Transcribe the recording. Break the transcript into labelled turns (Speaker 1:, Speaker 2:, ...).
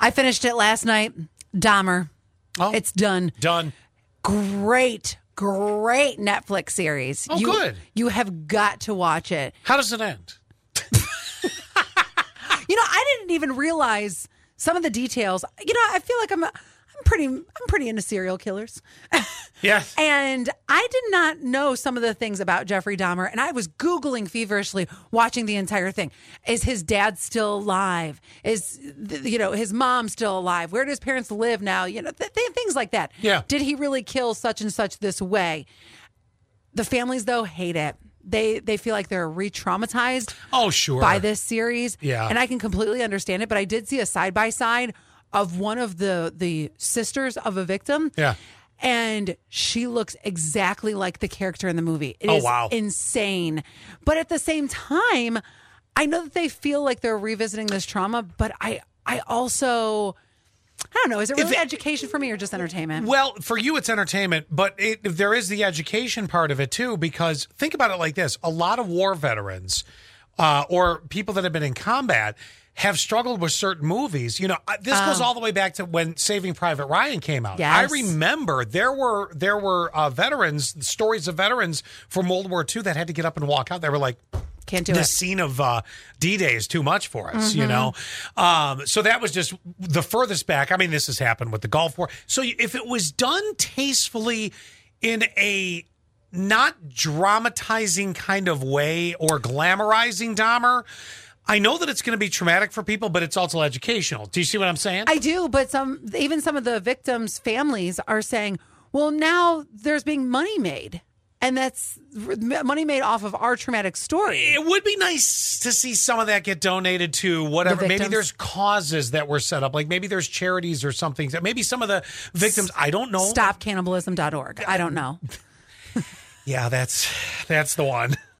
Speaker 1: I finished it last night. Dahmer.
Speaker 2: Oh.
Speaker 1: It's done.
Speaker 2: Done.
Speaker 1: Great, great Netflix series.
Speaker 2: Oh,
Speaker 1: you,
Speaker 2: good.
Speaker 1: You have got to watch it.
Speaker 2: How does it end?
Speaker 1: You know, I didn't even realize some of the details. You know, I feel like I'm, I'm pretty, I'm pretty into serial killers.
Speaker 2: Yes.
Speaker 1: And I did not know some of the things about Jeffrey Dahmer. And I was Googling feverishly, watching the entire thing. Is his dad still alive? Is, th- you know, his mom still alive? Where do his parents live now? You know, th- th- things like that.
Speaker 2: Yeah.
Speaker 1: Did he really kill such and such this way? The families, though, hate it. They, they feel like they're re traumatized
Speaker 2: Oh, sure.
Speaker 1: by this series.
Speaker 2: Yeah.
Speaker 1: And I can completely understand it, but I did see a side by side of one of the the sisters of a victim.
Speaker 2: Yeah.
Speaker 1: And she looks exactly like the character in the movie. It
Speaker 2: Oh,
Speaker 1: is
Speaker 2: wow.
Speaker 1: insane. But at the same time, I know that they feel like they're revisiting this trauma, but I I also I don't know, is it really
Speaker 2: it-
Speaker 1: education for me or just entertainment?
Speaker 2: Well, for you, it's entertainment, but it, there is the education part of it too, because think about it like this a lot of war veterans uh, or people that have been in combat have struggled with certain movies. You know, I- this goes all the way back to when Saving Private Ryan came out. I
Speaker 1: Yes.
Speaker 2: remember there were there were uh, veterans, stories of veterans from World War II that had to get up and walk out. They were like,
Speaker 1: Can't do
Speaker 2: the
Speaker 1: it.
Speaker 2: scene of uh, D Day is too much for us, you know.
Speaker 1: Mm-hmm.
Speaker 2: Um, so that was just the furthest back. I mean, this has happened with the Gulf War. So you- if it was done tastefully in a not dramatizing kind of way or glamorizing Dahmer, I know that it's going to be traumatic for people, but it's also educational. Do you see what I'm saying?
Speaker 1: I do, but some even some of the victims' families are saying, "Well, now there's being money made, and that's r- money made off of our traumatic story."
Speaker 2: it would be nice to see some of that get donated to whatever.
Speaker 1: The
Speaker 2: maybe
Speaker 1: victims.
Speaker 2: there's causes that were set up, like maybe there's charities or something. Maybe some of the victims. I don't know.
Speaker 1: Stopcannibalism.org. I don't know.
Speaker 2: Yeah, that's that's the one.